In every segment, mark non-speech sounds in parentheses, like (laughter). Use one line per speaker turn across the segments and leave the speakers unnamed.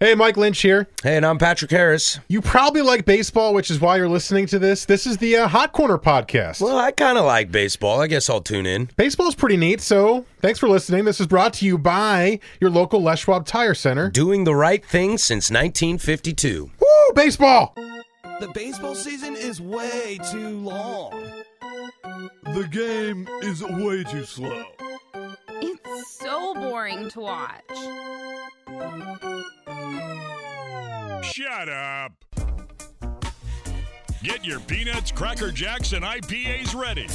Hey, Mike Lynch here.
Hey, and I'm Patrick Harris.
You probably like baseball, which is why you're listening to this. This is the uh, Hot Corner podcast.
Well, I kind of like baseball. I guess I'll tune in.
Baseball's pretty neat, so thanks for listening. This is brought to you by your local Les Schwab Tire Center.
Doing the right thing since 1952.
Woo, baseball!
The baseball season is way too long. The game is way too slow.
It's so boring to watch.
Shut up. Get your peanuts, cracker jacks, and IPAs ready.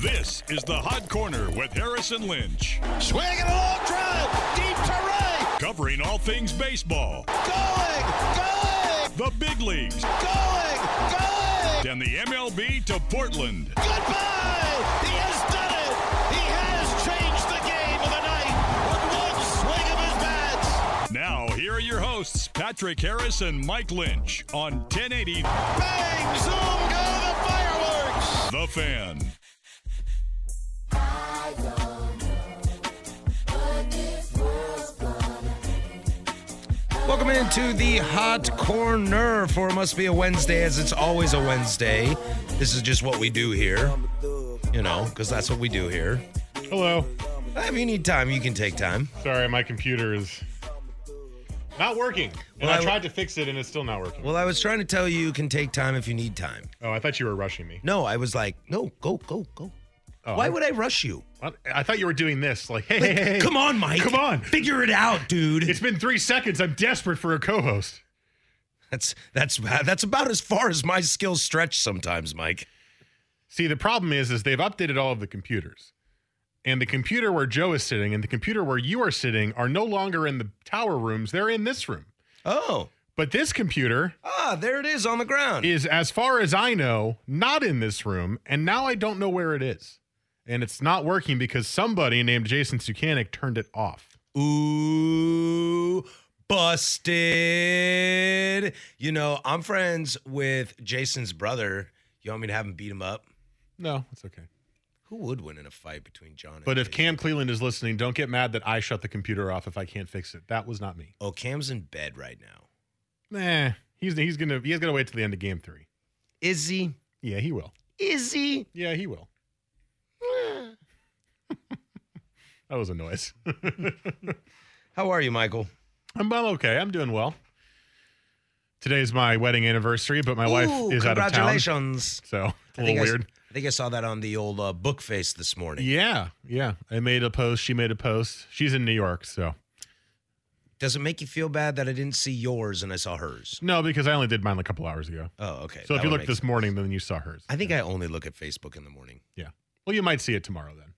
This is the Hot Corner with Harrison Lynch.
Swinging a long drive, deep to right.
Covering all things baseball.
Going, going.
The big leagues.
Going, going.
And the MLB to Portland.
Goodbye. He has done it. He has changed the game of the night with one swing of his bats.
Now here are your hosts, Patrick Harris and Mike Lynch on 1080.
Bang! Zoom! Go the fireworks!
The Fan.
Welcome into the Hot Corner for it must be a Wednesday, as it's always a Wednesday. This is just what we do here, you know, because that's what we do here.
Hello.
If you need time, you can take time.
Sorry, my computer is not working. And
Well,
I,
I-
tried to fix it, and it's still not working.
Well, I was trying to tell you, you can take time if you need time.
oh, I thought you were rushing me.
No, I was like, no, go, go, go.
Oh,
Why
I-
would I rush you?
I, I thought you were doing this. Like, hey, hey, hey.
Come on, Mike.
Come on.
Figure it out, dude.
It's been three seconds. I'm desperate for a co host.
That's that's that's about as far as my skills stretch sometimes, Mike.
See, the problem is, is they've updated all of the computers, and the computer where Joe is sitting and the computer where you are sitting are no longer in the tower rooms. They're in this room.
Oh,
But this computer
ah, there it is on the ground.
is, as far as I know, not in this room, and now I don't know where it is, and it's not working because somebody named Jason Sukanik turned it off.
Ooh, busted. You know, I'm friends with Jason's brother. You want me to have him beat him up?
No, it's okay.
Who would win in a fight between John and
But if
Jason?
Cam Cleveland is listening, don't get mad that I shut the computer off if I can't fix it. That was not me.
Oh, Cam's in bed right now.
Nah, he's he's gonna he's gonna wait till the end of game three.
Is he?
Yeah, he will.
Is he?
Yeah, he will. (laughs) that was a noise. (laughs)
How are you, Michael?
I'm well, okay. I'm doing well. Today's my wedding anniversary, but my wife
Ooh,
is out of town, so (laughs)
Congratulations.
it's a
I
little
think I s-
weird.
I think I saw that on the old uh, book face this morning.
Yeah, yeah. I made a post. She made a post. She's in New York, so
Does it make you feel bad that I didn't see yours and I saw hers?
no, because I only did mine a couple hours ago.
Oh, okay.
So if
That
you
would
look
make
this
sense.
morning, then you saw hers.
I think I only look at Facebook in the morning.
Well, you might see it tomorrow then.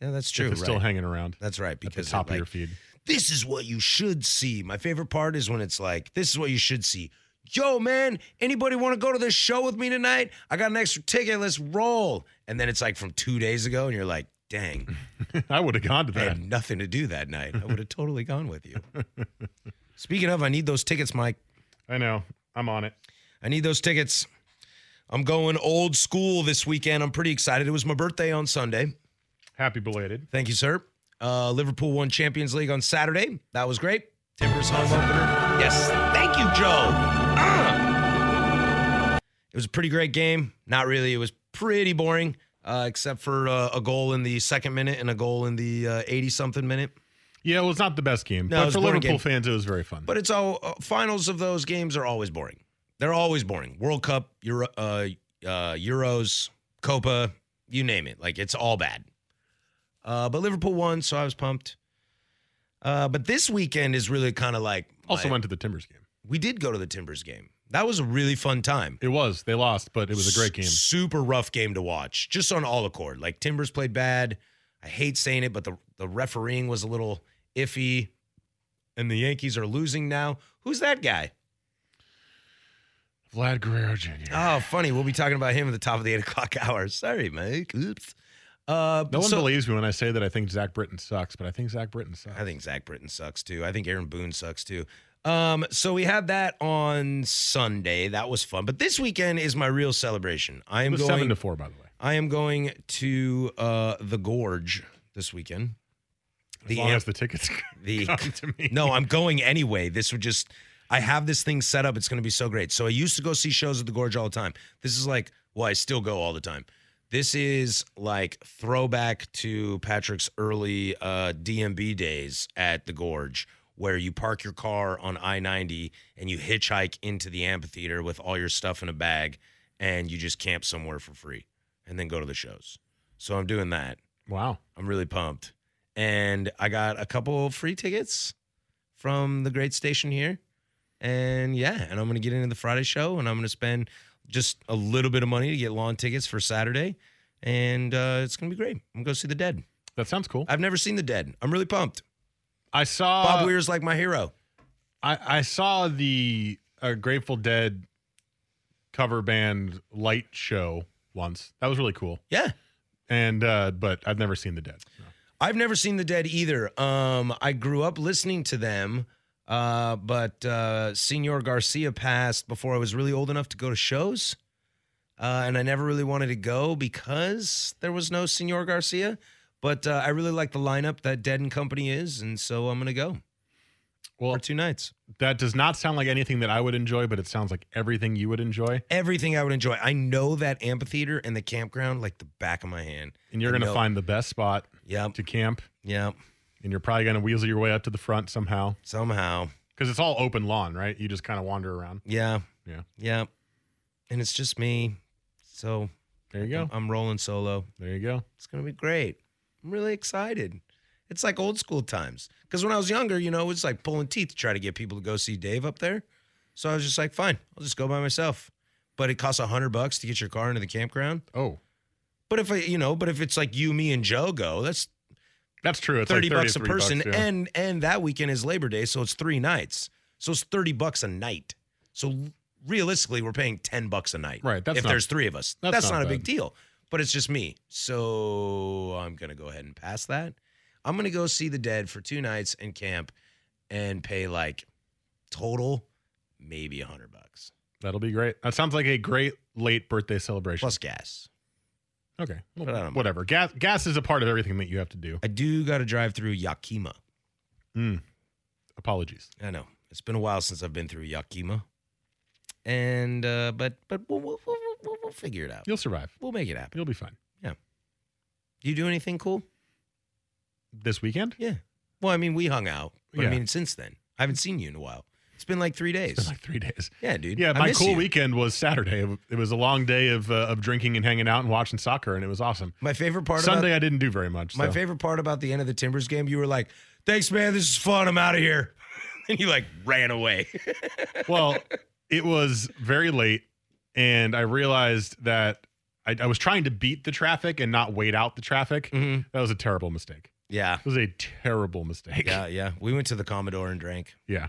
Yeah, that's
True, if
true.
it's still
right?
hanging around
That's right.
at the
Because it,
top of
like,
your feed. (laughs)
this is what you should see. My favorite part is when it's like, this is what you should see. Yo, man, anybody want to go to this show with me tonight? I got an extra ticket. Let's roll. And then it's like from two days ago, and you're like,
(laughs)
dang,
I would have gone to
I
that.
had nothing to do that night. I would have totally gone with
(laughs)
you. Speaking of, I need those tickets, Mike.
I know. I'm on it.
I need those tickets. I'm going old school this weekend. I'm pretty excited. It was my birthday on Sunday.
Happy belated.
Thank you, sir. Uh, Liverpool won Champions League on Saturday. That was great. Timbers home opener. Yes. Thank you, Joe. Ah! It was a pretty great game. Not really. It was pretty boring, uh, except for uh, a goal in the second minute and a goal in the 80 something minute.
Yeah, well, it's not the best game,
No, it
but
was
for
a boring
Liverpool
game.
fans, it was very fun.
But it's all uh, finals of those games are always boring. They're always boring. World Cup, Euro, uh, uh, Euros, Copa, you name it. Like it's all bad. Uh, but Liverpool won, so I was pumped. Uh, but this weekend is really kind of like
also
my-
went to the Timbers game.
we did go to the Timbers game. That was a really fun time.
It was. They lost, but it was a great game.
S- Super rough game to watch, just on all accord. Like Timbers played bad. I hate saying it, but the the refereeing was a little iffy. and the Yankees are losing now. Who's that guy?
Vlad Guerrero Jr.
Oh, funny. We'll be talking about him at the top of the eight o'clock (laughs) hour. Sorry, Mike. Oops. Uh,
No one
so-
believes me when I say that I think Zach Britton sucks, but I think Zach Britton sucks.
I think Zach Britton sucks too. I think Aaron Boone sucks too. Um, so we had that on Sunday. That was fun. But this weekend is my real celebration. I
it
am
was
going
seven to four, by the way.
I am going to uh the gorge this weekend.
As
The
long
am-
as the tickets (laughs)
the-
come to me.
No, I'm going anyway. This would just I have this thing set up. It's going to be so great. So I used to go see shows at the Gorge all the time. This is like, well, I still go all the time. This is like throwback to Patrick's early uh, DMB days at the Gorge, where you park your car on I 90 and you hitchhike into the amphitheater with all your stuff in a bag and you just camp somewhere for free and then go to the shows. So I'm doing that.
Wow.
I'm really pumped. And I got a couple free tickets from the great station here. And yeah, and I'm going to get into the Friday show and I'm going to spend just a little bit of money to get lawn tickets for Saturday. And uh, it's going to be great. I'm going to go see the dead.
That sounds cool.
I've never seen the dead. I'm really pumped.
I saw
Bob Weir's like my hero.
I, I saw the uh, Grateful Dead cover band light show once. That was really cool.
Yeah.
And uh, but I've never seen the Dead. No.
I've never seen the Dead either. Um, I grew up listening to them, uh, but uh, Senor Garcia passed before I was really old enough to go to shows, uh, and I never really wanted to go because there was no Senor Garcia. But uh, I really like the lineup that Dead and Company is, and so I'm gonna go
Well,
for two nights.
that does not sound like anything that I would enjoy, but it sounds like everything you would enjoy,
Everything I would enjoy. I know that amphitheater and the campground like the back of my hand.
and you're
I
going to
know.
find the best spot
Yep,
to camp,
yep.
and you're probably going to weasel your way up to the front somehow
Somehow,
because it's all open lawn, right? You just kind of wander around.
yeah,
Yeah.
yeah. And it's just me, so
There you go.
I'm rolling solo.
There you go.
It's going to be great. I'm really excited. It's like old school times. Because when I was younger, you know, it was like pulling teeth to try to get people to go see Dave up there. So I was just like, fine, I'll just go by myself. But it costs a hundred bucks to get your car into the campground.
Oh,
But if I, you know, but if it's like you, me, and Joe go, that's
that's true. It's
thirty
like
bucks a
33
person.
bucks, yeah.
And and that weekend is Labor Day, so it's three nights. So it's thirty bucks a night. So realistically, we're paying ten bucks a night.
Right, that's
if
not-
there's three of us, that's,
that's
not,
not
a big
bad.
deal. But it's just me, so I'm gonna go ahead and pass that. I'm gonna go see the dead for two nights and camp, and pay like total maybe a hundred bucks
that'll be great. That sounds like a great late birthday celebration.
plus gas.
okay, Well,
But I don't mind.
whatever. Gas gas is a part of everything that you have to do. Hmm.
I do got to drive through Yakima.
Apologies.
I know it's been a while since I've been through Yakima, and uh, but but we'll we'll, we'll, we'll we'll figure it out.
You'll survive.
We'll make it happen.
You'll be fine.
Do you do anything cool?
This weekend?
Yeah. Well, I mean, we hung out. But I
Yeah.
mean, since then, I haven't seen you in a while. It's been like three days.
It's been like three days.
yeah, dude.
Yeah,
I
my
miss
cool
you.
weekend was Saturday. It- It was a long day of uh, of drinking and hanging out and watching soccer, and it was awesome.
My favorite part.
Sunday,
About,
I didn't do very much.
my
so.
favorite part about the end of the Timbers game, you were like, "Thanks, man. This is fun. I'm out of here." (laughs) And you like ran away. (laughs)
well, it was very late, and I realized that I, I was trying to beat the traffic and not wait out the traffic.
Mhm.
That was a terrible mistake.
(laughs) Yeah,
It was a terrible mistake.
yeah, yeah. We went to the Commodore and drank.
Yeah.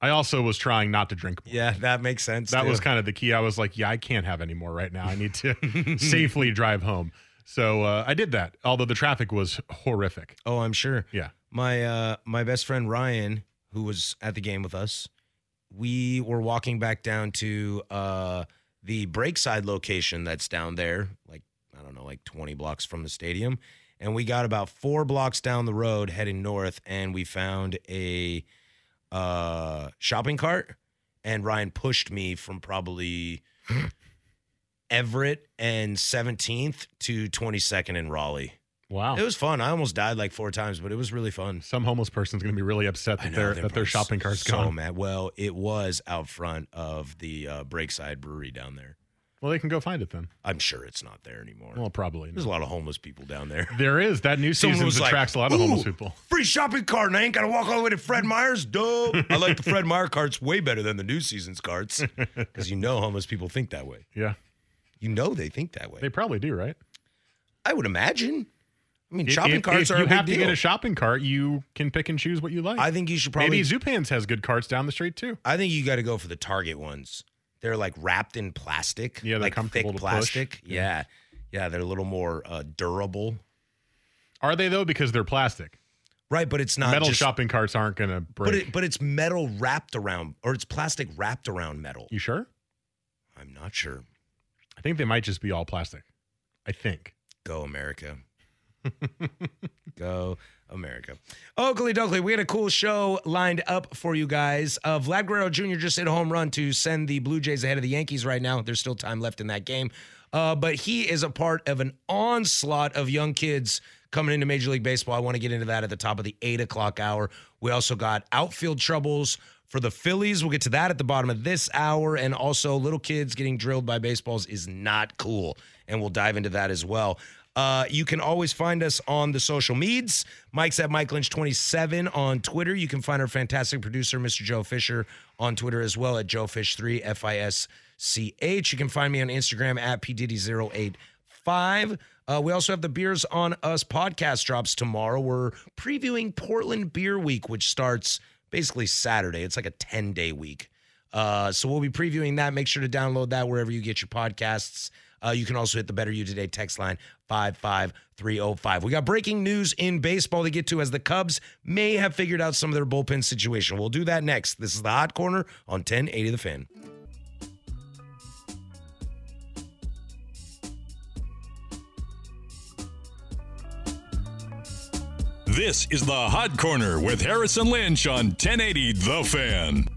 I also was trying not to drink more.
Yeah, that makes sense.
That
too.
was kind of the key. I was like, yeah, I can't have any more right now. I need to
(laughs)
safely drive home. So uh, I did that, although the traffic was horrific.
Oh, I'm sure.
Yeah.
my uh my best friend Ryan, who was at the game with us, we were walking back down to uh the Breakside location that's down there, like I don't know, like 20 blocks from the stadium, and we got about 4 blocks down the road heading north and we found a uh shopping cart and Ryan pushed me from probably Everett and 17th to 22nd in Raleigh.
Wow.
It was fun. I almost died like four times, but it was really fun.
Some homeless person's going to be really upset
I
that
know,
their
they're
that their
probably
shopping cart's
so
gone.
mad. Well, it was out front of the uh, Breakside Brewery down there.
Well, they can go find it then.
I'm sure it's not there anymore.
Well, probably.
There's a lot of homeless people down
(laughs)
there.
There is that new
Someone
season
was like,
attracts a lot of
"Ooh,
homeless people.
Free shopping cart, and I ain't gotta walk all the way to Fred Meyer's. Dope. I like the Fred Meyer carts way better than the new
(laughs)
season's carts because you know homeless people think that way.
Yeah,
You know they think that way.
they probably do, right?
I would imagine. I mean,
If-
shopping
if,
carts
if
are
you
a big
have to
deal.
get a shopping cart, you can pick and choose what you like.
I think you should probably.
Maybe Zupans has good carts down the street too.
I think you got to go for the Target ones. They're like wrapped in plastic.
Yeah, they're
like
comfortable
thick
to push.
plastic.
Yeah.
Yeah. yeah, they're a little more uh, durable.
Are they though? Because they're plastic.
Right, but it's not
Metal
just,
shopping carts aren't going to break.
But it, but it's metal wrapped around, or it's plastic wrapped around metal.
you sure?
I'm not sure.
I think they might just be all plastic. I think.
Go America. (laughs) Go America. Oakley Doakley, we had a cool show lined up for you guys. Uh, Vlad Guerrero Jr. just hit a home run to send the Blue Jays ahead of the Yankees right now. There's still time left in that game. Uh, but he is a part of an onslaught of young kids coming into Major League Baseball. I want to get into that at the top of the eight o'clock hour. We also got outfield troubles for the Phillies. We'll get to that at the bottom of this hour. And also, little kids getting drilled by baseballs is not cool. And we'll dive into that as well. Uh, you can always find us on the social meds. Mike's at Mike Lynch 27 on Twitter. You can find our fantastic producer, Mr. Joe Fisher, on Twitter as well at Joe Fish 3 F I S C H. You can find me on Instagram at PDD085. Uh, we also have the Beers on Us podcast drops tomorrow. We're previewing Portland Beer Week, which starts basically Saturday. It's like a 10 day week. Uh, so we'll be previewing that. Make sure to download that wherever you get your podcasts. Uh, you can also hit the Better You Today text line 55305. We got breaking news in baseball to get to as the Cubs may have figured out some of their bullpen situation. We'll do that next. This is the Hot Corner on 1080 The Fan.
This is the Hot Corner with Harrison Lynch on 1080 The Fan.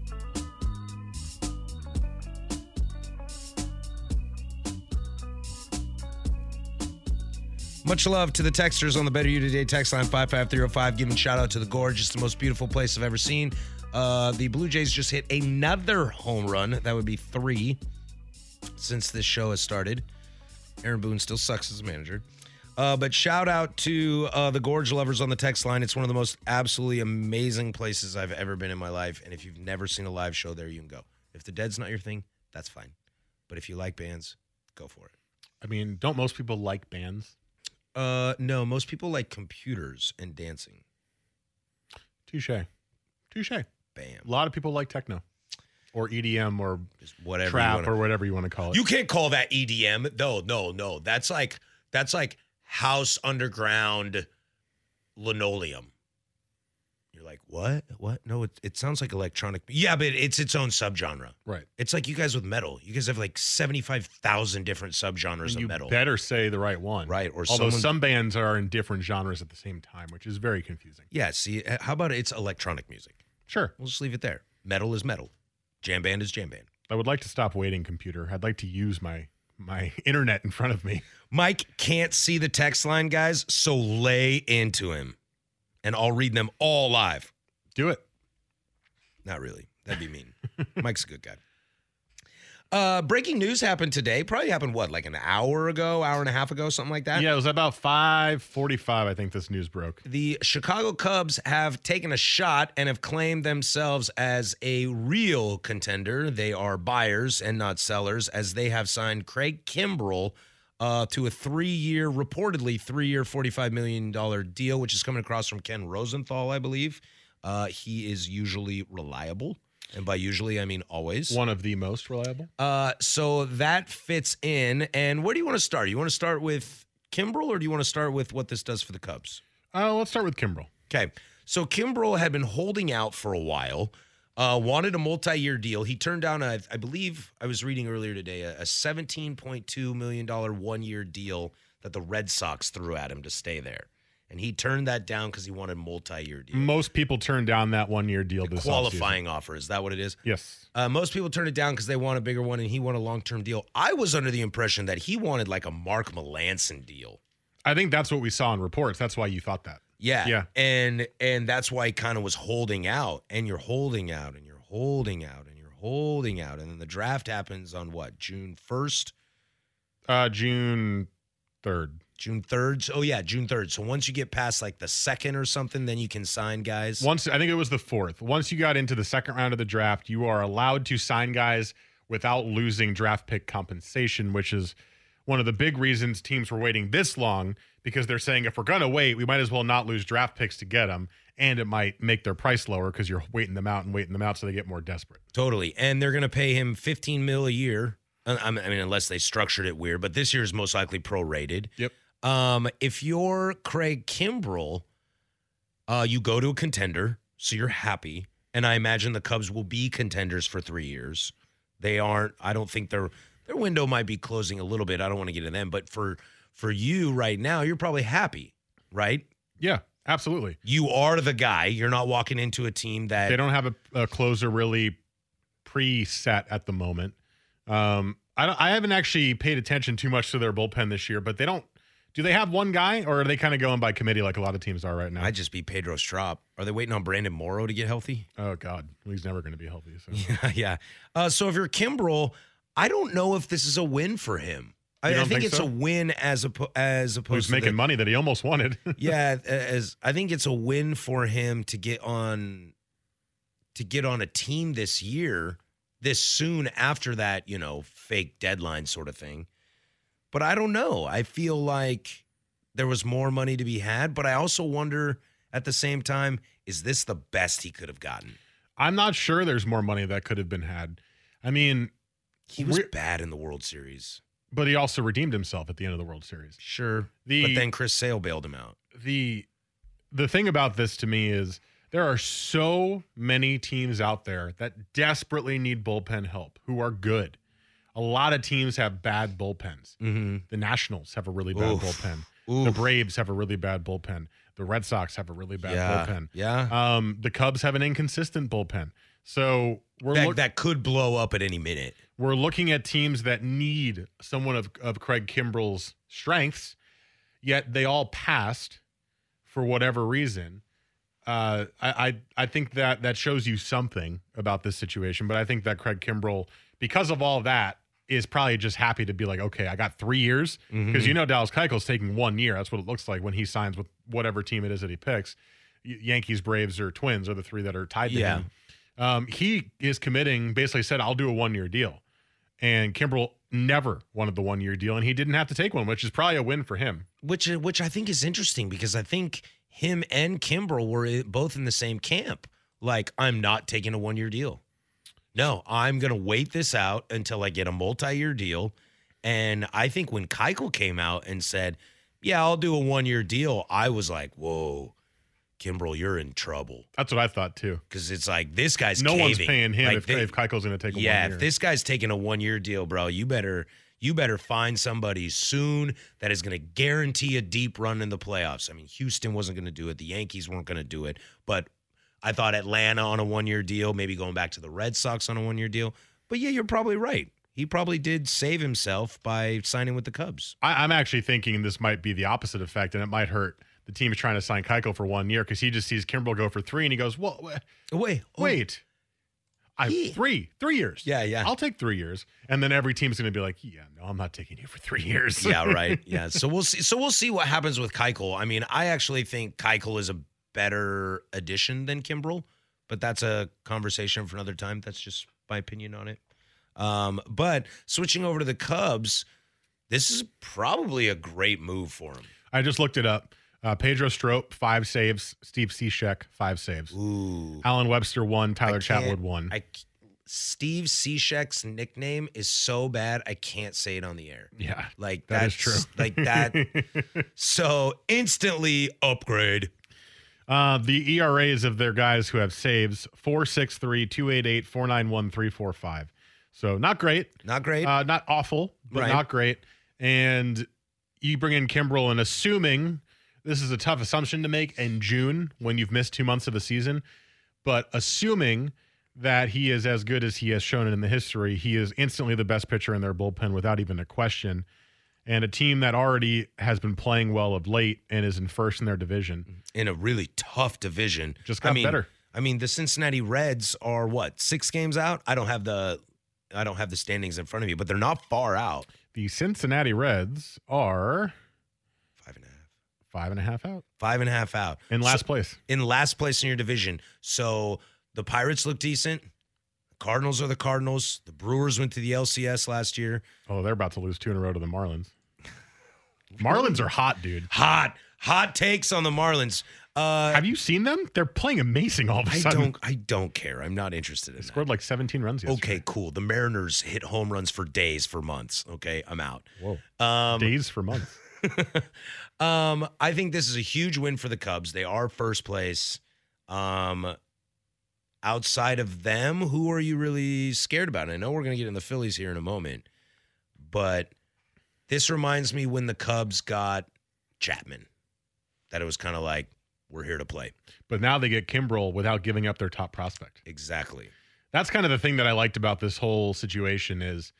Much love to the texters on the Better You Today text line 55305, giving shout out to the gorge. It's the most beautiful place I've ever seen. Uh, the Blue Jays just hit another home run. That would be three since this show has started. Aaron Boone still sucks as a manager. Uh, but shout out to uh, the Gorge lovers on the text line. It's one of the most absolutely amazing places I've ever been in my life. And if you've never seen a live show there, you can go. If the dead's not your thing, that's fine. But if you like bands, go for it.
I mean, don't most people like bands?
Uh, no, most people like computers and dancing.
Touche. Touche. A
Bam.
lot of people like techno or EDM or
Just whatever. you
trap
wanna-
or whatever you want to call it.
You can't call that EDM. No, no, no. That's like that's like house underground linoleum. You're like, what? What? No, it, it sounds like electronic. Yeah, but it's its own subgenre.
right.
It's like you guys with metal. You guys have like seventy five thousand different subgenres
you
of metal.
better say the right one.
Right, or
Although
someone-
some bands are in different genres at the same time, which is very confusing.
Yeah. See, how about it's electronic music?
Sure.
We'll just leave it there. Metal is metal. Jam band is jam band.
I would like to stop waiting, computer. I'd like to use my my (laughs) internet in front of me.
Mike can't see the text line, guys, so lay into him. And I'll read them all live.
Do it.
Not really. That'd be mean. Mike's a good guy. Uh, breaking news happened today. Probably happened, what, like an hour ago, hour and a half ago, something like that?
yeah, it was about five forty-five. I think this news broke.
The Chicago Cubs have taken a shot and have claimed themselves as a real contender. They are buyers and not sellers, as they have signed Craig Kimbrell uh, to a three-year, reportedly three-year, forty-five million dollar deal, which is coming across from Ken Rosenthal, I believe. Uh, he is usually reliable, and by usually I mean always.
One of the most reliable.
Uh, so that fits in. And where do you want to start? You want to start with Kimbrell, or do you want to start with what this does for the Cubs?
Uh, let's start with Kimbrel.
Okay. So Kimbrell had been holding out for a while, uh, wanted a multi year deal. He turned down, a, I believe I was reading earlier today, a, a $17.2 million one year deal that the Red Sox threw at him to stay there. And he turned that down because he wanted multi year deal.
Most people turned down that one-year deal this offseason.
Qualifying offer. Is that what it is?
Yes.
Uh, most people turn it down because they want a bigger one, and he wanted a long term deal. I was under the impression that he wanted like a Mark Melanson deal.
I think that's what we saw in reports. That's why you thought that.
Yeah.
Yeah.
And and that's why he kind of was holding out. And you're holding out and you're holding out and you're holding out. And then the draft happens on what? June 1st?
Uh, June third.
June 3rd? Oh yeah, June 3rd. So once you get past like the second or something, then you can sign guys.
Once I think it was the fourth. Once you got into the second round of the draft, you are allowed to sign guys without losing draft pick compensation, which is one of the big reasons teams were waiting this long because they're saying if we're going to wait, we might as well not lose draft picks to get them. And it might make their price lower because you're waiting them out and waiting them out so they get more desperate.
Totally. And they're going to pay him 15 mil a year. Uh, I mean, I mean, unless they structured it weird, but this year is most likely prorated.
Yep.
Um, if you're Craig Kimbrell, uh, you go to a contender, so you're happy. And I imagine the Cubs will be contenders for three years. They aren't. I don't think their their window might be closing a little bit. I don't want to get in them, but for for you right now, you're probably happy, right?
Yeah, absolutely.
You are the guy. You're not walking into a team that
They don't have a, a closer really preset at the moment. Um, I don't, I haven't actually paid attention too much to their bullpen this year, but they don't. Do they have one guy, or are they kind of going by committee like a lot of teams are right now?
I'd just be Pedro Strop. Are they waiting on Brandon Morrow to get healthy? (laughs)
oh God, he's never going to be healthy. So.
Yeah, yeah. Uh, so if you're Kimbrel, I don't know if this is a win for him. I, I
You don't
think,
think
it's
so?
a win as oppo- as opposed
Who's
to
making
the-
money that he almost wanted? (laughs)
yeah, as I think it's a win for him to get on to get on a team this year, this soon after that, you know, fake deadline sort of thing. But I don't know. I feel like there was more money to be had, but I also wonder at the same time, is this the best he could have gotten?
I'm not sure. There's more money that could have been had. I mean,
He was
We're-
bad in the World Series.
but he also redeemed himself at the end of the World Series.
Sure.
The-
but then Chris Sale bailed him out.
the the thing about this to me is there are so many teams out there that desperately need bullpen help who are good. A lot of teams have bad bullpens.
Mm-hmm.
The Nationals have a really bad
Oof.
bullpen.
Oof.
The Braves have a really bad bullpen. The Red Sox have a really bad
yeah.
bullpen.
Yeah.
Um, the Cubs have an inconsistent bullpen. So we're
that,
look-
that could blow up at any minute.
we're looking at teams that need someone of, of Craig Kimbrell's strengths, yet they all passed for whatever reason. Uh, I, I I think that that shows you something about this situation, but I think that Craig Kimbrell, because of all that, is probably just happy to be like, okay, I got three years because you know Dallas Keuchel's taking one year. That's what it looks like when he signs with whatever team it is that he picks. Y- Yankees, Braves, or Twins are the three that are tied to
Yeah.
him um, he is committing, basically said, I'll do a one year deal. And Kimbrell never wanted the one year deal, and he didn't have to take one, which is probably a win for him.
which uh, which I think is interesting because I think him and Kimbrel were i- both in the same camp. Like I'm not taking a one year deal. No, I'm gonna wait this out until I get a multi year deal. And I think when Keuchel came out and said, "Yeah, I'll do a one year deal," I was like, "Whoa, Kimbrel, you're in trouble."
That's what I thought too.
Because it's like this guy's
no one's
caving.
paying him
Like,
if,
they-
if Keuchel's going to take a
yeah,
one year.
if this guy's taking a one year deal, bro, you better you better find somebody soon that is going to guarantee a deep run in the playoffs. I mean, Houston wasn't going to do it, the Yankees weren't going to do it, but I thought Atlanta on a one year deal, maybe going back to the Red Sox on a one year deal. But yeah, you're probably right. He probably did save himself by signing with the Cubs.
I, I'm actually thinking this might be the opposite effect, and it might hurt the team trying to sign Keuchel for one year because he just sees Kimbrell go for three, and he goes, "Well, wha-
Wait,
wait, oh. I
Yeah.
three, three years.
Oh. Yeah, yeah.
I'll take three years." And then every team's going to be like, "Yeah, no, I'm not taking you for
(laughs)
three years." (laughs)
yeah, right. Yeah. So we'll see. So we'll see what happens with Keichel. I mean, I actually think Keichel is a better addition than Kimbrel, but that's a conversation for another time. That's just my opinion on it. Um, but switching over to the Cubs, this is probably a great move for him.
I just looked it up. Uh, Pedro Strop, five saves. Steve Cishek, five saves.
Ooh.
Alan Webster, one. Tyler
can't-
Chatwood, one.
I c- Steve Cishek's nickname is so bad I can't say it on the air.
yeah,
Like
that
that's
is true.
like that.
(laughs)
so instantly upgrade.
uh, the ERAs of their guys who have saves 463, 288, 491, 345. So not great.
Not great.
Uh, not awful, but
Right.
not great. And you bring in Kimbrell, and assuming this is a tough assumption to make in June when you've missed two months of a season, but assuming that he is as good as he has shown in the history, he is instantly the best pitcher in their bullpen without even a question. And a team that already has been playing well of late and is in first in their division.
in a really tough division.
Just got
I mean,
better.
I mean, the Cincinnati Reds are what six games out. I don't have the, I don't have the standings in front of me, but they're not far out.
The Cincinnati Reds are
Five and a half,
five and a half out
five and a half out.
in last
So-
place.
in last place in your division. So the Pirates look decent. Cardinals are the Cardinals. The Brewers went to the LCS last year.
Oh, they're about to lose two in a row to the
(laughs)
Marlins. Marlins are hot, dude.
Hot, hot takes on the Marlins. Uh,
Have you seen them? They're playing amazing all of a
I
sudden.
don't. I don't care. I'm not interested in
They
that.
scored like 17 runs yesterday.
Okay, cool. The Mariners hit home runs for days, for months. Okay, I'm out.
Whoa.
Um,
Days for months.
(laughs) um, I think this is a huge win for the Cubs. They are first place. Um, outside of them, who are you really scared about? I know we're going to get in the Phillies here in a moment, but this reminds me when the Cubs got Chapman, that it was kind of like we're here to play.
But now they get Kimbrel without giving up their top prospect.
Exactly.
that's kind of the thing that I liked about this whole situation is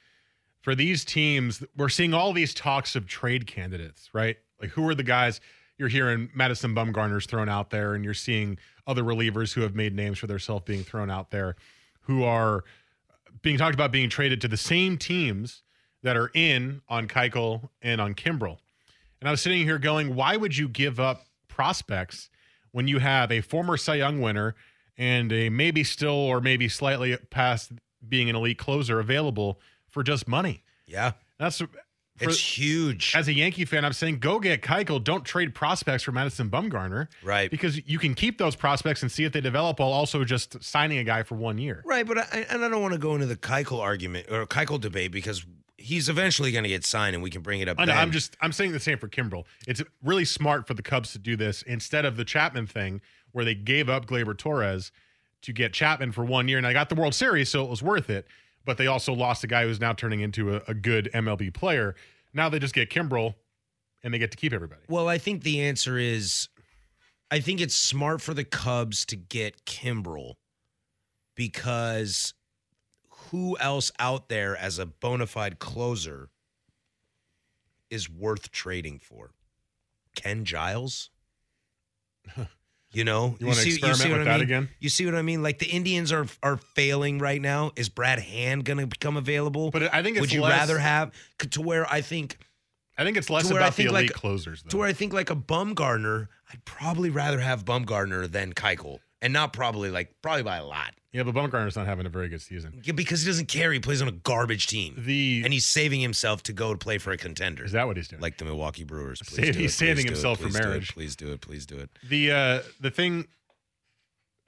for these teams, we're seeing all these talks of trade candidates, right? Like who are the guys you're hearing Madison Bumgarner's thrown out there, and you're seeing other relievers who have made names for themselves being thrown out there, who are being talked about being traded to the same teams that are in on Keuchel and on Kimbrel. And I was sitting here going, why would you give up prospects when you have a former Cy Young winner and a maybe still or maybe slightly past being an elite closer available for just money?
Yeah,
That's for,
it's huge.
as a Yankee fan, I'm saying go get Keuchel. Don't trade prospects for Madison Bumgarner,
Right.
Because you can keep those prospects and see if they develop while also just signing a guy for one year.
(laughs) Right, but I, and I don't want to go into the Keuchel argument or Keuchel debate because he's eventually going to get signed, and we can bring it up.
I know,
then.
I'm just I'm saying the same for Kimbrel. It's really smart for the Cubs to do this instead of the Chapman thing where they gave up Glaber Torres to get Chapman for one year and I got the World Series, so it was worth it. But they also lost a guy who's now turning into a, a good MLB player. Now they just get Kimbrel and they get to keep everybody.
Well, I think the answer is I think it's smart for the Cubs to get Kimbrel because who else out there as a bona fide closer is worth trading for?
(laughs)
Ken Giles? You know,
You wanna experiment
what
with
I
that
mean?
again?
You see what I mean? Like the Indians are are failing right now. Is Brad Hand going to become available?
But I think it's
would you
less-
rather have to where I think
I think it's less
to where I
about the
think,
elite
like,
closers though.
to where I think like a Bumgarner, I'd probably rather have Bumgarner than Keuchel, and not probably like probably by a lot
yeah, but Bumgarner's not having a very good season.
Yeah, because he doesn't care. He plays on a garbage team,
The
and he's saving himself to go to play for a contender.
is that what he's doing?
like the Milwaukee Brewers? Please
Save-
do it,
he's
please
saving
do it,
himself for
please do it,
marriage.
please do it. Please do it.
the uh the thing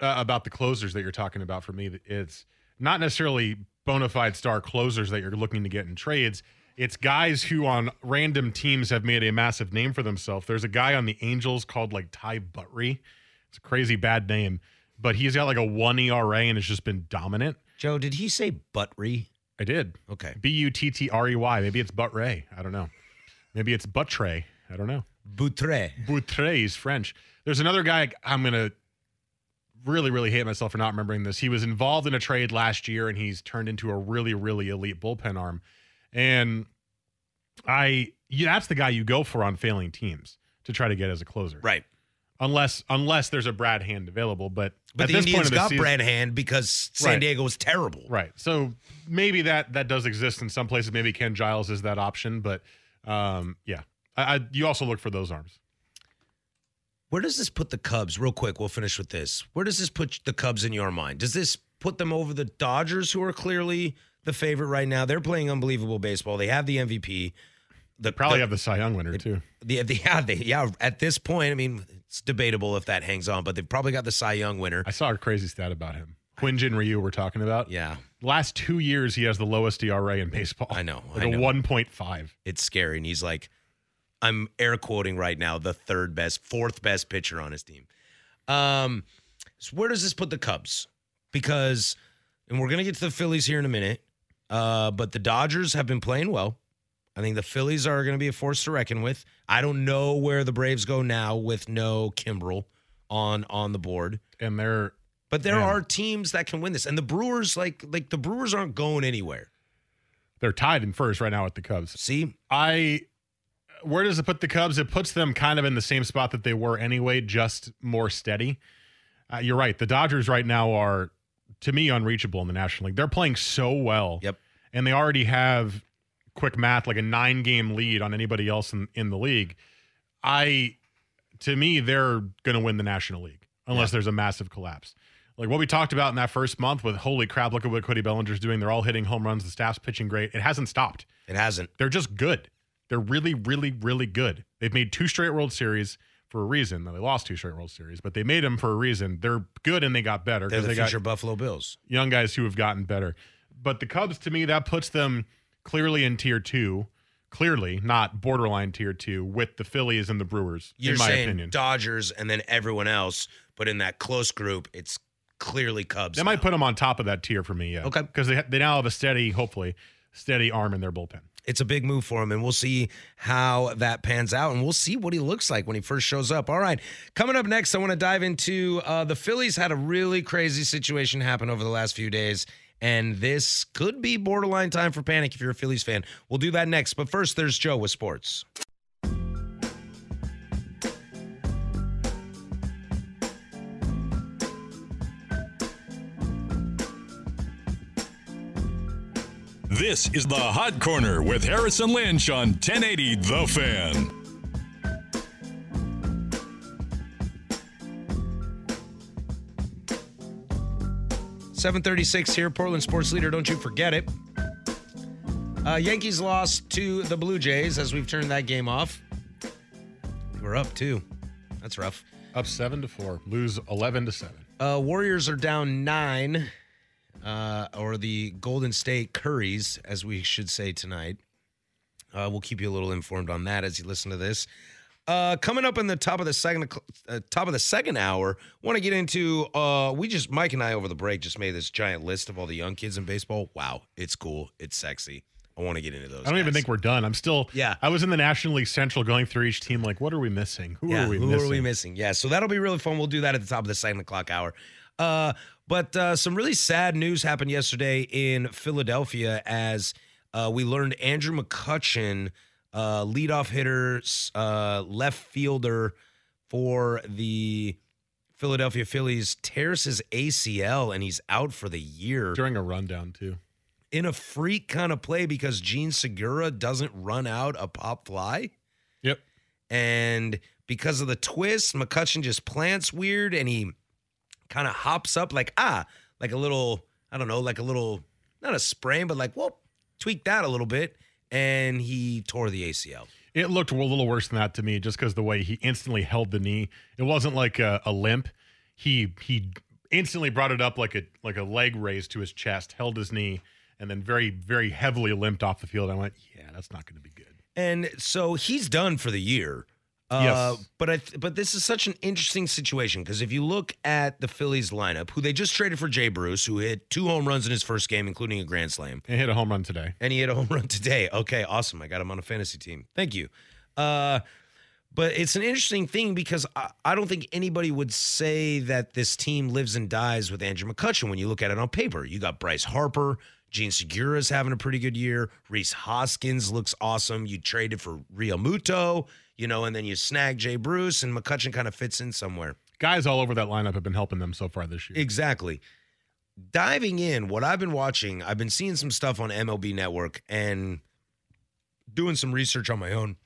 uh, about the closers that you're talking about for me that it's not necessarily bona fide star closers that you're looking to get in trades it's guys who on random teams have made a massive name for themselves there's a guy on the angels called like ty buttry it's a crazy bad name but he's got like a one era and has just been dominant
Joe, did he say Buttry?
i did
Okay,
b-u-t-t-r-e-y E maybe it's buttray i don't know maybe it's buttray i don't know
Boutre.
Boutre is French. There's another guy I'm gonna really, really hate myself for not remembering this. He was involved in a trade last year and he's turned into a really, really elite bullpen arm. And I yeah, that's the guy you go for on failing teams to try to get as a closer.
Right,
Unless unless there's a Brad hand available. But,
but
at
the
this point
Indians
of the
got
season-
Brad Hand because San
Right.
Diego was terrible.
Right. So maybe that that does exist in some places. Maybe Ken Giles is that option, but um yeah. I, I you also look for those arms.
Where does this put the Cubs? Real quick, we'll finish with this. Where does this put the Cubs in your mind? Does this put them over the Dodgers, who are clearly the favorite right now? They're playing unbelievable baseball. They have the MVP. The
Probably
the,
have the Cy Young winner too.
the, the- yeah they yeah at this point. I mean, it's debatable if that hangs on, but they've probably got the Cy Young winner.
I saw a crazy stat about him. Quinjin Ryu, we're talking about.
Yeah,
Last two years, he has the lowest ERA in baseball.
I know,
Like
I
a
know.
1.5.
it's scary, and he's like, I'm air quoting right now, the third best, fourth best pitcher on his team. Um, so where does this put the Cubs? Because, and we're gonna get to the Phillies here in a minute, uh, but the Dodgers have been playing well. I think the Phillies are gonna be a force to reckon with. I don't know where the Braves go now with no Kimbrel on on the board.
And they're,
But there
Yeah.
are teams that can win this, and the Brewers, like like the Brewers, aren't going anywhere.
they're tied in first right now with the Cubs.
See,
I, where does it put the Cubs? It puts them kind of in the same spot that they were anyway, just more steady. Uh, you're right. The Dodgers right now are, to me, unreachable in the National League. They're playing so well.
Yep.
And they already have, quick math, like a nine game lead on anybody else in, in the league. I, to me, they're going to win the National League unless there's a massive collapse. Like what we talked about in that first month with holy crap, look at what Cody Bellinger's doing. They're all hitting home runs. The staff's pitching great. It hasn't stopped.
It hasn't.
They're just good. They're really, really, really good. They've made two straight World Series for a reason. Now they lost two straight World Series, but they made them for a reason. They're good and they got better
They're
because
the
they got
future Buffalo Bills.
young guys who have gotten better. But the Cubs, to me, that puts them clearly in tier two, clearly not borderline tier two with the Phillies and the Brewers,
You're
in my
saying
opinion.
Dodgers and then everyone else, but in that close group, it's clearly Cubs.
That might put them on top of that tier for me, yeah.
Okay.
Because they, ha- they now have a steady, hopefully, steady arm in their bullpen.
it's a big move for him, and we'll see how that pans out, and we'll see what he looks like when he first shows up. All right, coming up next, I want to dive into uh, the Phillies had a really crazy situation happen over the last few days, and this could be borderline time for panic if you're a Phillies fan. We'll do that next, but first, there's Joe with sports.
This is the Hot Corner with Harrison Lynch on 1080 The Fan.
Seven thirty-six here, Portland sports leader. Don't you forget it. Uh, Yankees lost to the Blue Jays as we've turned that game off. They were up too. That's rough.
Up seven to four, lose 11 to seven.
Uh, Warriors are down nine, uh, or the Golden State Curries, as we should say tonight. Uh, we'll keep you a little informed on that as you listen to this. Uh, coming up in the top of the second uh, top of the second hour, want to get into. Uh, we just Mike and I over the break just made this giant list of all the young kids in baseball. Wow, it's cool, it's sexy. I want to get into those.
I don't even
guys.
think we're done. I'm still,
Yeah.
I was in the National League Central going through each team, like, what are we missing? Who
yeah,
are we
who
missing?
are we missing? Yeah, so that'll be really fun. We'll do that at the top of the second o'clock hour. Uh, but uh, some really sad news happened yesterday in Philadelphia as uh, we learned Andrew McCutcheon, uh, leadoff hitter, s- uh, left fielder for the Philadelphia Phillies, tears his ACL and he's out for the year
During a rundown, too.
in a freak kind of play because Gene Segura doesn't run out a pop fly.
Yep.
And because of the twist, McCutcheon just plants weird and he kind of hops up like, ah, like a little, I don't know, like a little, not a sprain, but like, whoop, tweak that a little bit. And he tore the ACL.
It looked a little worse than that to me, just because the way he instantly held the knee. It wasn't like a, a limp. He he instantly brought it up like a like a leg raised to his chest, held his knee, and then very very heavily limped off the field. I went, yeah, that's not going to be good.
And so he's done for the year. Uh,
Yes.
But I th- but this is such an interesting situation because if you look at the Phillies lineup, who they just traded for Jay Bruce, who hit two home runs in his first game, including a grand slam,
And hit a home run today.
and he hit a home run today. Okay, awesome. I got him on a fantasy team. Thank you. Uh, but it's an interesting thing because I, I don't think anybody would say that this team lives and dies with Andrew McCutcheon when you look at it on paper. You got Bryce Harper, Gene Segura's having a pretty good year. Reese Hoskins looks awesome. You traded for Real Muto, you know, and then you snag Jay Bruce, and McCutcheon kind of fits in somewhere.
Guys all over that lineup have been helping them so far this year.
Exactly. Diving in, what I've been watching, I've been seeing some stuff on MLB Network and doing some research on my own.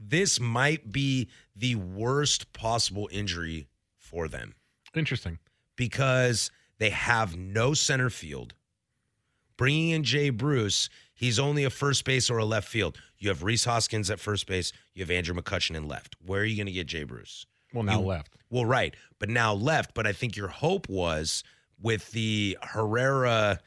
This might be the worst possible injury for them
Interesting.
because they have no center field. Bringing in Jay Bruce, he's only a first base or a left field. You have Reese Hoskins at first base. You have Andrew McCutcheon in left. Where are you going to get Jay Bruce?
Well, now
You-
left.
Well, right, but now left. But I think your hope was with the Herrera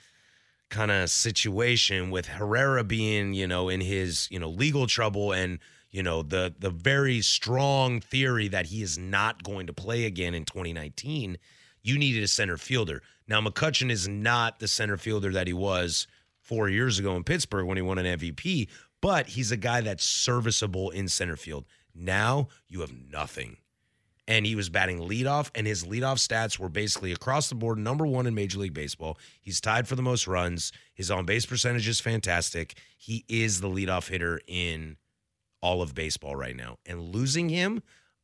kind of situation, with Herrera being, you know, in his, you know, legal trouble and, you know, the the very strong theory that he is not going to play again in 2019, you needed a center fielder. Now McCutcheon is not the center fielder that he was four years ago in Pittsburgh when he won an MVP, but he's a guy that's serviceable in center field. Now you have nothing and he was batting leadoff, and his leadoff stats were basically across the board number one in Major League Baseball. He's tied for the most runs. His on base percentage is fantastic. He is the leadoff hitter in all of baseball right now. And losing him,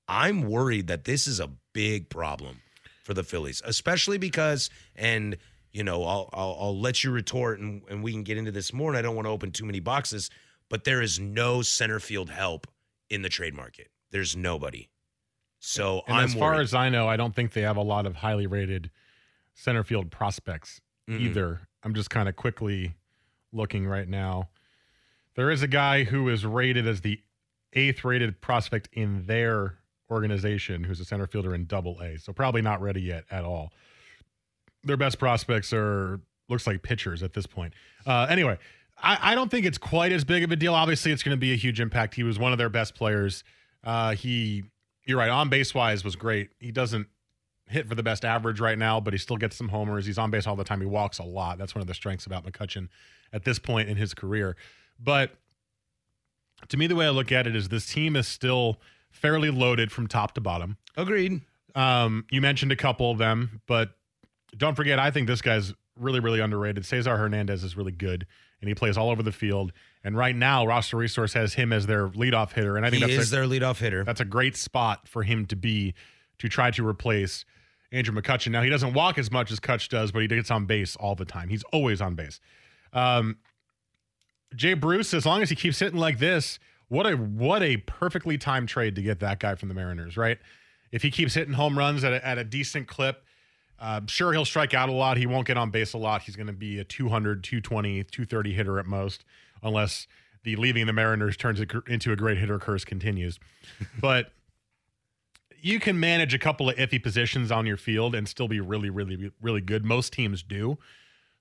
I'm worried that this is a big problem for the Phillies, especially because, and, you know, I'll, I'll, I'll let you retort and, and we can get into this more. And I don't want to open too many boxes, but there is no center field help in the trade market. There's nobody. So
And
I'm
as far
worried.
as I know, I don't think they have a lot of highly rated center field prospects
Mm-mm.
either. I'm just kind of quickly looking right now. There is a guy who is rated as the eighth rated prospect in their organization who's a center fielder in double A. So probably not ready yet at all. Their best prospects are looks like pitchers at this point. Uh, anyway, I, I don't think it's quite as big of a deal. Obviously, it's going to be a huge impact. He was one of their best players. Uh, he, you're right, on base wise was great. He doesn't hit for the best average right now, but he still gets some homers. He's on base all the time. He walks a lot. That's one of the strengths about McCutcheon at this point in his career. But to me, the way I look at it is this team is still fairly loaded from top to bottom.
Agreed.
Um, you mentioned a couple of them, but don't forget, I think this guy's really, really underrated. Cesar Hernandez is really good, and he plays all over the field. And right now, Roster Resource has him as their leadoff hitter, and I
He
think that's
is
a,
their leadoff hitter.
that's a great spot for him to be to try to replace Andrew McCutcheon. Now he doesn't walk as much as Kutch does, but he gets on base all the time. He's always on base. Um, Jay Bruce, as long as he keeps hitting like this, what a what a perfectly timed trade to get that guy from the Mariners, right? If he keeps hitting home runs at a, at a decent clip, uh, sure he'll strike out a lot. He won't get on base a lot. He's going to be a 200, 220, 230 hitter at most, unless the leaving the Mariners turns it into a great hitter curse continues. But you can manage a couple of iffy positions on your field and still be really, really, really good. Most teams do.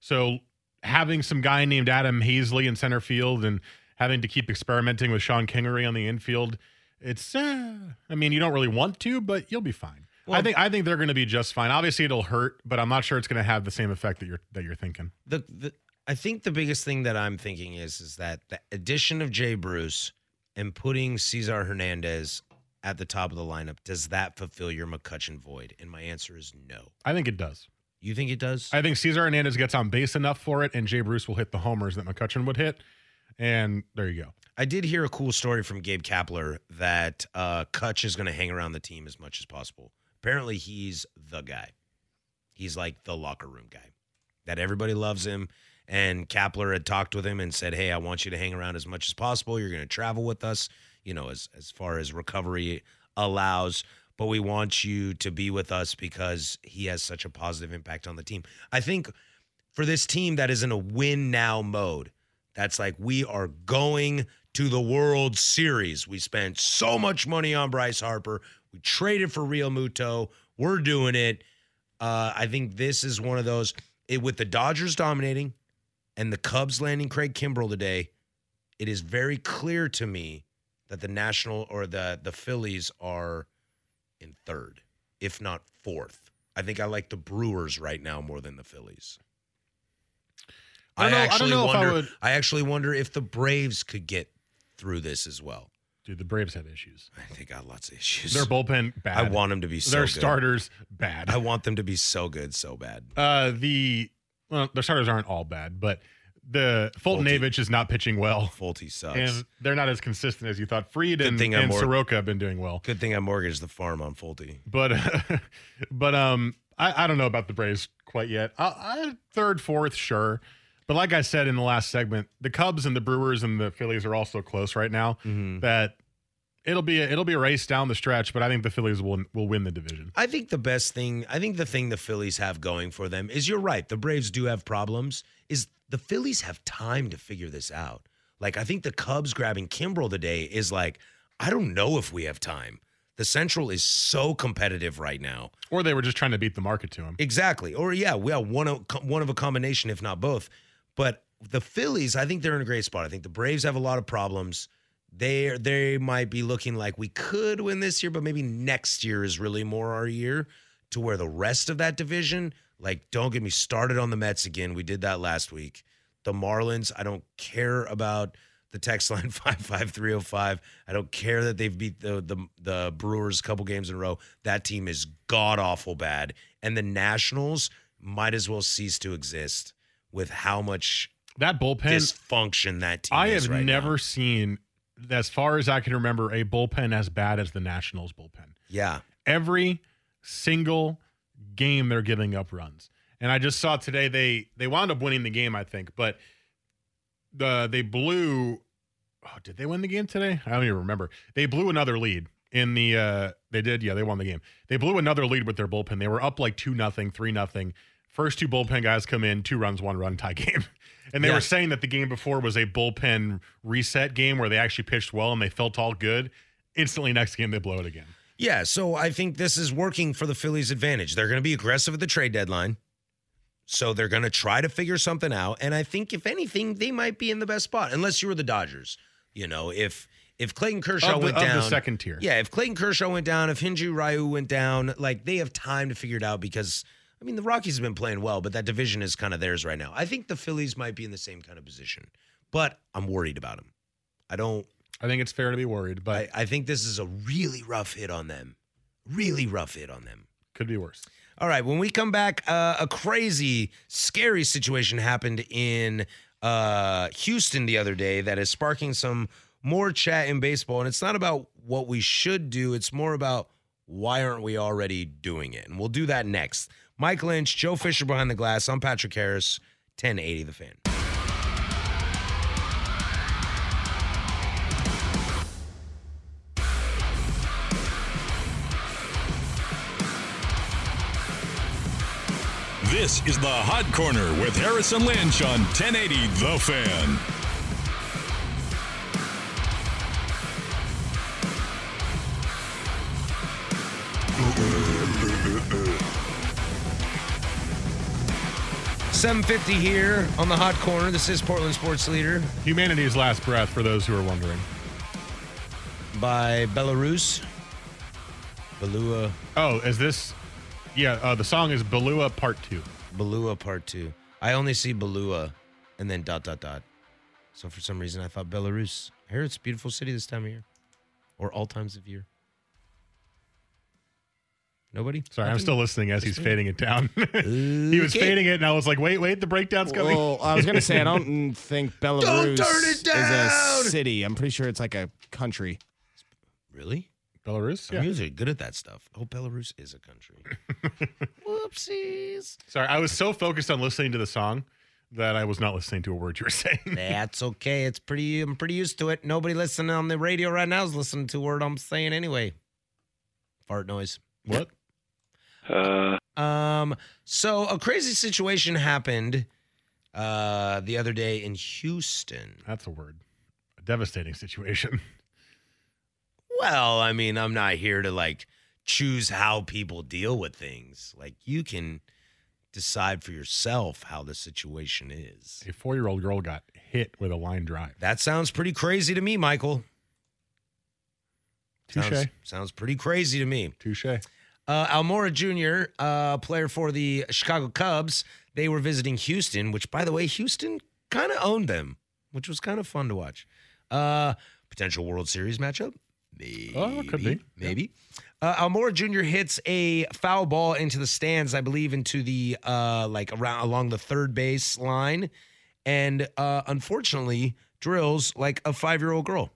So having some guy named Adam Hazley in center field and having to keep experimenting with Sean Kingery on the infield, it's uh, I mean you don't really want to, but you'll be fine. I think I think they're going to be just fine. Obviously it'll hurt, but I'm not sure it's going to have the same effect that you're that you're thinking.
the, the I think the biggest thing that I'm thinking is is that the addition of Jay Bruce and putting Cesar Hernandez at the top of the lineup does that fulfill your McCutcheon void? And my answer is no.
I think it does.
You think it does?
I think Cesar Hernandez gets on base enough for it, and Jay Bruce will hit the homers that McCutcheon would hit, and there you go.
I did hear a cool story from Gabe Kapler that uh, Kutch is going to hang around the team as much as possible. Apparently, he's the guy. He's like the locker room guy that everybody loves him. And Kapler had talked with him and said, "Hey, I want you to hang around as much as possible. You're going to travel with us, you know, as as far as recovery allows." But we want you to be with us because he has such a positive impact on the team. I think for this team that is in a win now mode, that's like we are going to the World Series. We spent so much money on Bryce Harper. We traded for Real Muto. We're doing it. Uh, I think this is one of those it, with the Dodgers dominating and the Cubs landing Craig Kimbrell today. It is very clear to me that the National or the the Phillies are in third, if not fourth. I think I like the Brewers right now more than the Phillies.
I don't know- I don't know if I
wonder.
would-
I actually wonder if the Braves could get through this as well.
Dude, the Braves have issues.
They got lots of issues.
Their bullpen bad.
I want them to be so
their
good.
starters bad.
I want them to be so good, so bad.
Uh, the well, their starters aren't all bad, but the Fulton
Fulte.
Avich is not pitching well,
Fulte sucks.
and they're not as consistent as you thought. Freed
Good
and,
thing I'm
and
more-
Soroka have been doing well,
Good thing I mortgaged the farm on Fulte.
but (laughs) but um, I, I don't know about the Braves quite yet. I, I, third, fourth, sure, but like I said in the last segment, the Cubs and the Brewers and the Phillies are all so close right now
Mm-hmm.
that it'll be a, it'll be a race down the stretch. But I think the Phillies will will win the division.
I think the best thing, I think the thing the Phillies have going for them is you're right. The Braves do have problems. Is the Phillies have time to figure this out? Like I think the Cubs grabbing Kimbrel today is like I don't know if we have time. The Central is so competitive right now.
Or they were just trying to beat the market to him.
Exactly. Or yeah, well, one of, one of a combination, if not both. But the Phillies, I think they're in a great spot. I think the Braves have a lot of problems. They are they might be looking like we could win this year, but maybe next year is really more our year. To where the rest of that division, like, don't get me started on the Mets again. We did that last week. The Marlins, I don't care about the text (laughs) line five five three zero five. I don't care that they've beat the the the Brewers a couple games in a row. That team is god awful bad, and the Nationals might as well cease to exist with how much
That bullpen
dysfunction that team.
I
is
have
right now.
never seen, as far as I can remember, a bullpen as bad as the Nationals bullpen.
Yeah,
Every single game they're giving up runs. And I just saw today they they wound up winning the game, I think, but the they blew oh, did they win the game today? I don't even remember. They blew another lead in the uh they did yeah they won the game they blew another lead with their bullpen they were up like two nothing three nothing first two bullpen guys come in two runs one run tie (laughs) game and they
Yeah.
were saying that the game before was a bullpen reset game where they actually pitched well and they felt all good instantly next game they blow it again
Yeah, so I think this is working for the Phillies' advantage. They're going to be aggressive at the trade deadline. So they're going to try to figure something out, and I think if anything they might be in the best spot unless you were the Dodgers. You know, if if Clayton Kershaw
Of the-
went
of the
down
second tier.
Yeah, if Clayton Kershaw went down, if Hinju Ryu went down, like they have time to figure it out because I mean the Rockies have been playing well, but that division is kind of theirs right now. I think the Phillies might be in the same kind of position, but I'm worried about them. I don't
i think it's fair to be worried but
I, I think this is a really rough hit on them. Really rough hit on them.
could be worse
All right, when we come back, uh, a crazy, scary situation happened in uh, Houston the other day that is sparking some more chat in baseball. And it's not about what we should do, it's more about why aren't we already doing it? And we'll do that next. Mike Lynch, Joe Fisher behind the glass. I'm Patrick Harris, 1080 The Fan.
This is the Hot Corner with Harrison Lynch on 1080 The Fan.
Seven fifty here on the hot corner. This is Portland Sports Leader
humanity's last breath for those who are wondering
by Belarus. Belua
oh is this yeah uh, the song is Balua part two
Balua Part Two. I only see Balua, and then dot dot dot. So for some reason, I thought Belarus. I hear it's a beautiful city this time of year, or all times of year. Nobody.
Sorry, I'm
Nothing?
still listening as he's fading it down. (laughs) he
he
was fading it, and I was like, "Wait, wait, the breakdown's coming."
Well, I was gonna say
(laughs)
I don't think Belarus is a city. I'm pretty sure it's like a country.
Really?
Belarus.
I'm
Yeah.
usually good at that stuff. Oh, Belarus is
(laughs)
a country. Whoopsies.
Sorry, I was so focused on listening to the song that I was not listening to a word you were (laughs) saying.
That's okay. It's pretty. I'm pretty used to it. Nobody listening on the radio right now is listening to a word I'm saying anyway. Fart noise.
What?
Um. So a crazy situation happened uh the other day in Houston.
That's a word. A devastating situation. (laughs)
Well, I mean, I'm not here to like choose how people deal with things. Like you can decide for yourself how the situation is.
A four-year-old girl got hit with a line drive.
That sounds pretty crazy to me, Michael. Sounds,
Touche.
sounds pretty crazy to me.
Touche.
Uh, Almora Jr., uh, player for the Chicago Cubs, they were visiting Houston, which, by the way, Houston kind of owned them, which was kind of fun to watch. Uh, potential World Series matchup? Maybe.
Oh, it could be.
Maybe. Uh, Almora Jr. hits a foul ball into the stands, I believe, into the, uh, like, around along the third base line, and uh, unfortunately drills like a five year old girl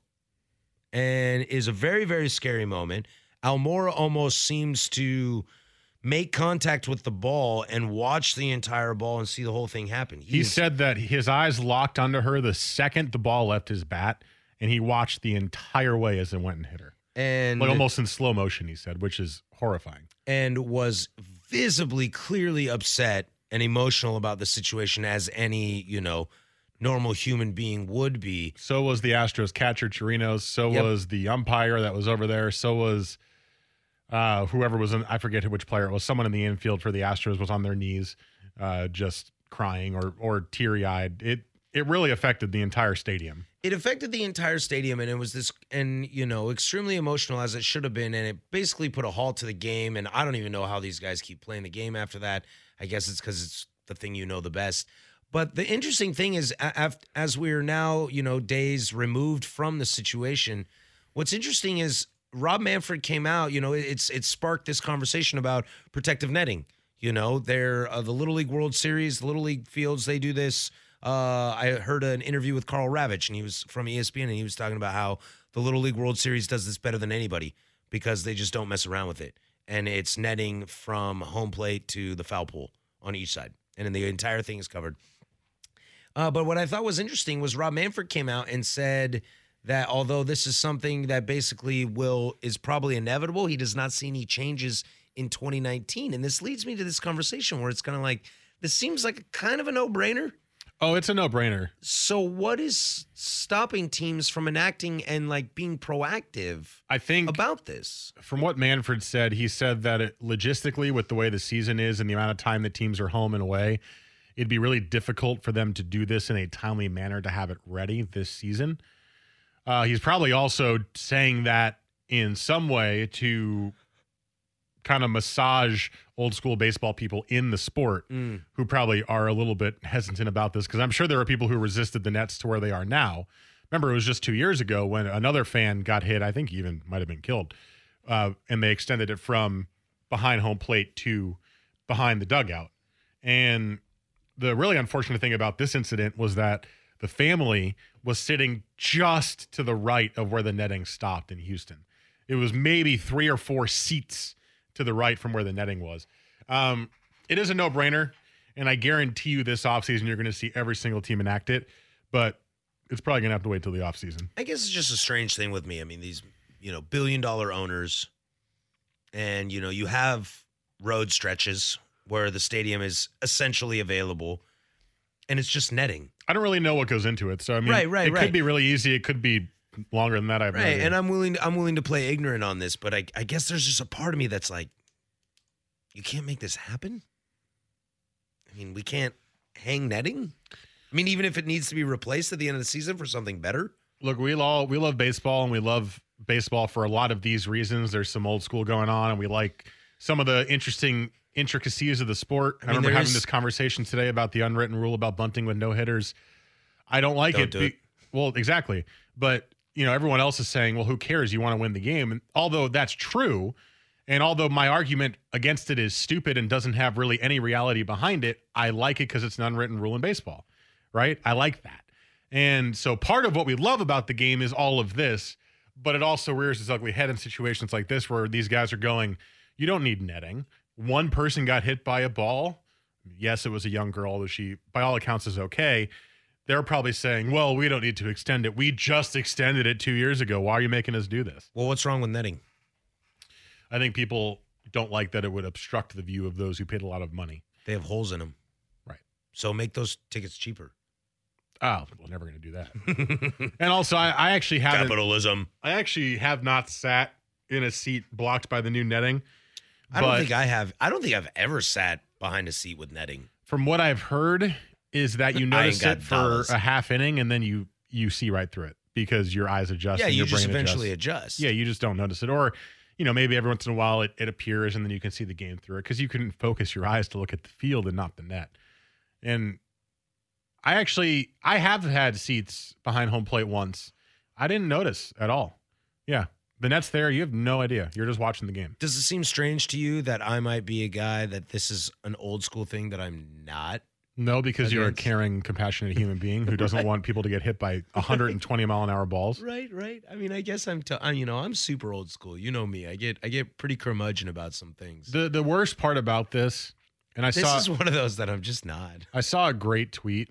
and is a very very scary moment. Almora almost seems to make contact with the ball and watch the entire ball and see the whole thing happen.
He said that his eyes locked onto her the second the ball left his bat, and he watched the entire way as it went and hit her,
and
like almost in slow motion. He said, which is horrifying.
and was visibly clearly upset and emotional about the situation as any, you know, normal human being would be.
So was the Astros catcher Chirinos. So
Yep.
was the umpire that was over there. So was uh, whoever was in, I forget which player it was. Someone in the infield for the Astros was on their knees, uh, just crying or or teary eyed. It it really affected the entire stadium.
It affected the entire stadium and it was this and you know, extremely emotional as it should have been and it basically put a halt to the game and I don't even know how these guys keep playing the game after that. I guess it's cuz it's the thing you know the best. But the interesting thing is a- af- as we are now, you know, days removed from the situation, What's interesting is Rob Manfred came out. You know, it- it's it sparked this conversation about protective netting. You know, they're uh, the Little League World Series, the Little League fields. They do this. Uh, I heard an interview with Carl Ravitch, and he was from E ESPN, and he was talking about how the Little League World Series does this better than anybody because they just don't mess around with it, and it's netting from home plate to the foul pole on each side, and then the entire thing is covered. Uh, but what I thought was interesting was Rob Manfred came out and said that although this is something that basically will is probably inevitable, he does not see any changes in 2019. And this leads me to this conversation where it's kind of like this seems like a kind of a no-brainer.
Oh, it's a no-brainer.
So what is stopping teams from enacting and like being proactive?
I think
about this.
From what Manfred said, he said that it, logistically, with the way the season is and the amount of time that teams are home and away, it'd be really difficult for them to do this in a timely manner to have it ready this season. Uh, he's probably also saying that in some way to kind of massage old school baseball people in the sport
Mm.
who probably are a little bit hesitant about this because I'm sure there are people who resisted the Nets to where they are now. Remember, it was just two years ago when another fan got hit. I think he even might have been killed, uh, and they extended it from behind home plate to behind the dugout. And the really unfortunate thing about this incident was that the family was sitting just to the right of where the netting stopped in Houston. It was maybe three or four seats to the right from where the netting was. Um, it is a no brainer. And I guarantee you this offseason, you're going to see every single team enact it. But it's probably going to have to wait till the offseason.
I guess it's just a strange thing with me. I mean, these, you know, billion dollar owners, and, you know, you have road stretches where the stadium is essentially available and it's just netting.
I don't really know what goes into it. So, I mean,
Right, right,
it
right.
could be really easy. It could be longer than that. I've
Right. And uh, I'm willing I'm willing to play ignorant on this, but I, I guess there's just a part of me that's like, you can't make this happen. I mean, we can't hang netting. I mean, even if it needs to be replaced at the end of the season for something better.
look, we all we love baseball and we love baseball for a lot of these reasons. There's some old school going on, and we like some of the interesting intricacies of the sport. I,
mean,
remember
there
having
is-
this conversation today about the unwritten rule about bunting with no hitters. I don't like
Don't
it.
do
be-
it.
Well, exactly. But you know, everyone else is saying, "Well, who cares? You want to win the game." And although that's true, and although my argument against it is stupid and doesn't have really any reality behind it, I like it because it's an unwritten rule in baseball, right? I like that. And so part of what we love about the game is all of this, but it also rears its ugly head in situations like this where these guys are going, you don't need netting. One person got hit by a ball. Yes, it was a young girl, although she, by all accounts, is okay. They're probably saying, well, we don't need to extend it. We just extended it two years ago. Why are you making us do this?
Well, what's wrong with netting?
I think people don't like that it would obstruct the view of those who paid a lot of money.
They have holes in them.
Right.
So make those tickets cheaper.
Oh, we're never going to do that.
(laughs)
and also, I, I actually haven't.
Capitalism.
I actually have not sat in a seat blocked by the new netting.
I don't
but-
think I have. I don't think I've ever sat behind a seat with netting.
From what I've heard, is that you
(laughs) I ain't
notice
got
it for
dollars.
a half inning and then you you see right through it because your eyes adjust.
yeah,
and
you
your
just
brain
eventually
adjusts.
adjust.
Yeah, you just don't notice it, or you know maybe every once in a while it, it appears and then you can see the game through it because you can focus your eyes to look at the field and not the net. And I actually I have had seats behind home plate once. I didn't notice at all. Yeah, the net's there. You have no idea. You're just watching the game.
Does it seem strange to you that I might be a guy that this is an old school thing that I'm not?
No, because you're a
Against-
caring, compassionate human being who (laughs) doesn't
Right.
want people to get hit by 120 mile an hour (laughs) balls.
Right, right. I mean, I guess I'm. T- I'm you know, I'm super old school. You know me. I get I get pretty curmudgeon about some things.
The the worst part about this, and I
this
saw
is one of those that I'm just not.
I saw a great tweet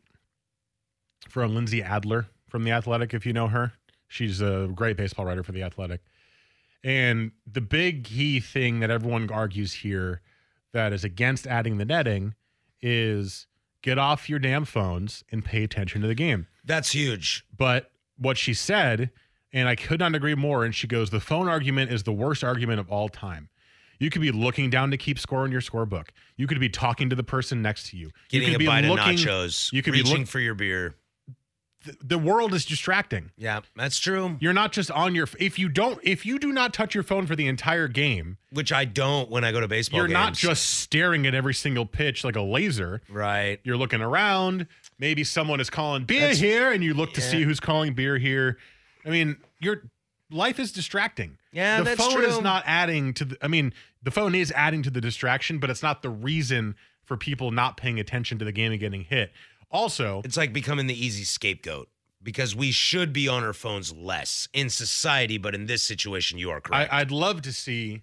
from Lindsay Adler from The Athletic, if you know her. She's a great baseball writer for The Athletic. And the big key thing that everyone argues here that is against adding the netting is get off your damn phones and pay attention to the game.
That's huge.
But what she said, and I could not agree more, and she goes, The phone argument is the worst argument of all time. You could be looking down to keep score in your scorebook. You could be talking to the person next to you.
Getting
you could
a
be
bite
looking-
of nachos.
You could
reaching
be looking.
for your beer.
The world is distracting.
Yeah, that's true.
You're not just on your. If you don't, if you do not touch your phone for the entire game,
Which I don't when I go to baseball.
you're not
games.
just staring at every single pitch like a laser.
right.
You're looking around. Maybe someone is calling beer
That's-
here, and you look to
Yeah.
see who's calling beer here. I mean, your life is distracting.
Yeah,
the
that's
phone is
true.
not adding to. The, I mean, the phone is adding to the distraction, but it's not the reason for people not paying attention to the game and getting hit. Also,
It's like becoming the easy scapegoat because we should be on our phones less in society, but in this situation, you are correct.
I, I'd love to see.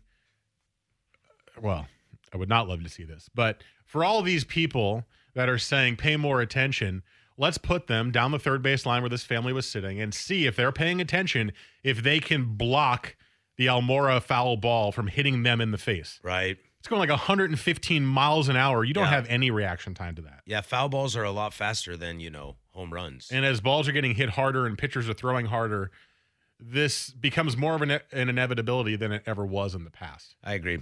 Well, I would not love to see this, but for all these people that are saying pay more attention, Let's put them down the third base line where this family was sitting and see if they're paying attention, if they can block the Almora foul ball from hitting them in the face.
Right.
It's going like 115 miles an hour. You don't have any reaction time to that.
Yeah, foul balls are a lot faster than, you know, home runs.
And as balls are getting hit harder and pitchers are throwing harder, this becomes more of an, an inevitability than it ever was in the past.
I agree.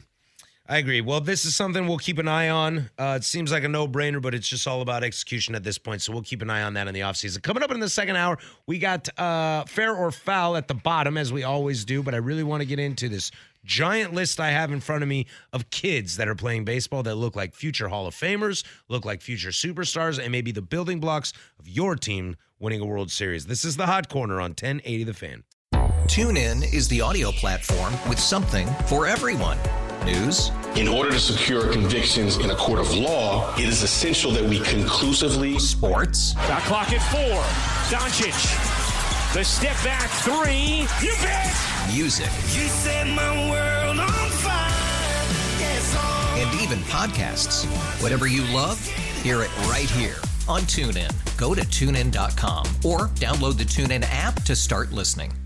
I agree. Well, this is something we'll keep an eye on. Uh, it seems like a no brainer, but it's just all about execution at this point. So we'll keep an eye on that in the offseason. Coming up in the second hour, we got uh, fair or foul at the bottom, as we always do. But I really want to get into this giant list I have in front of me of kids that are playing baseball that look like future Hall of Famers, look like future superstars, and maybe the building blocks of your team winning a World Series. This is the Hot Corner on 1080 The Fan.
TuneIn is the audio platform with something for everyone. News,
In order to secure convictions in a court of law, it is essential that we conclusively.
Sports.
The clock at four. Doncic. The step back three. You bet.
music,
You set my world on fire. Yes, oh.
and even podcasts. Whatever you love, hear it right here on TuneIn. Go to tunein.com or download the TuneIn app to start listening.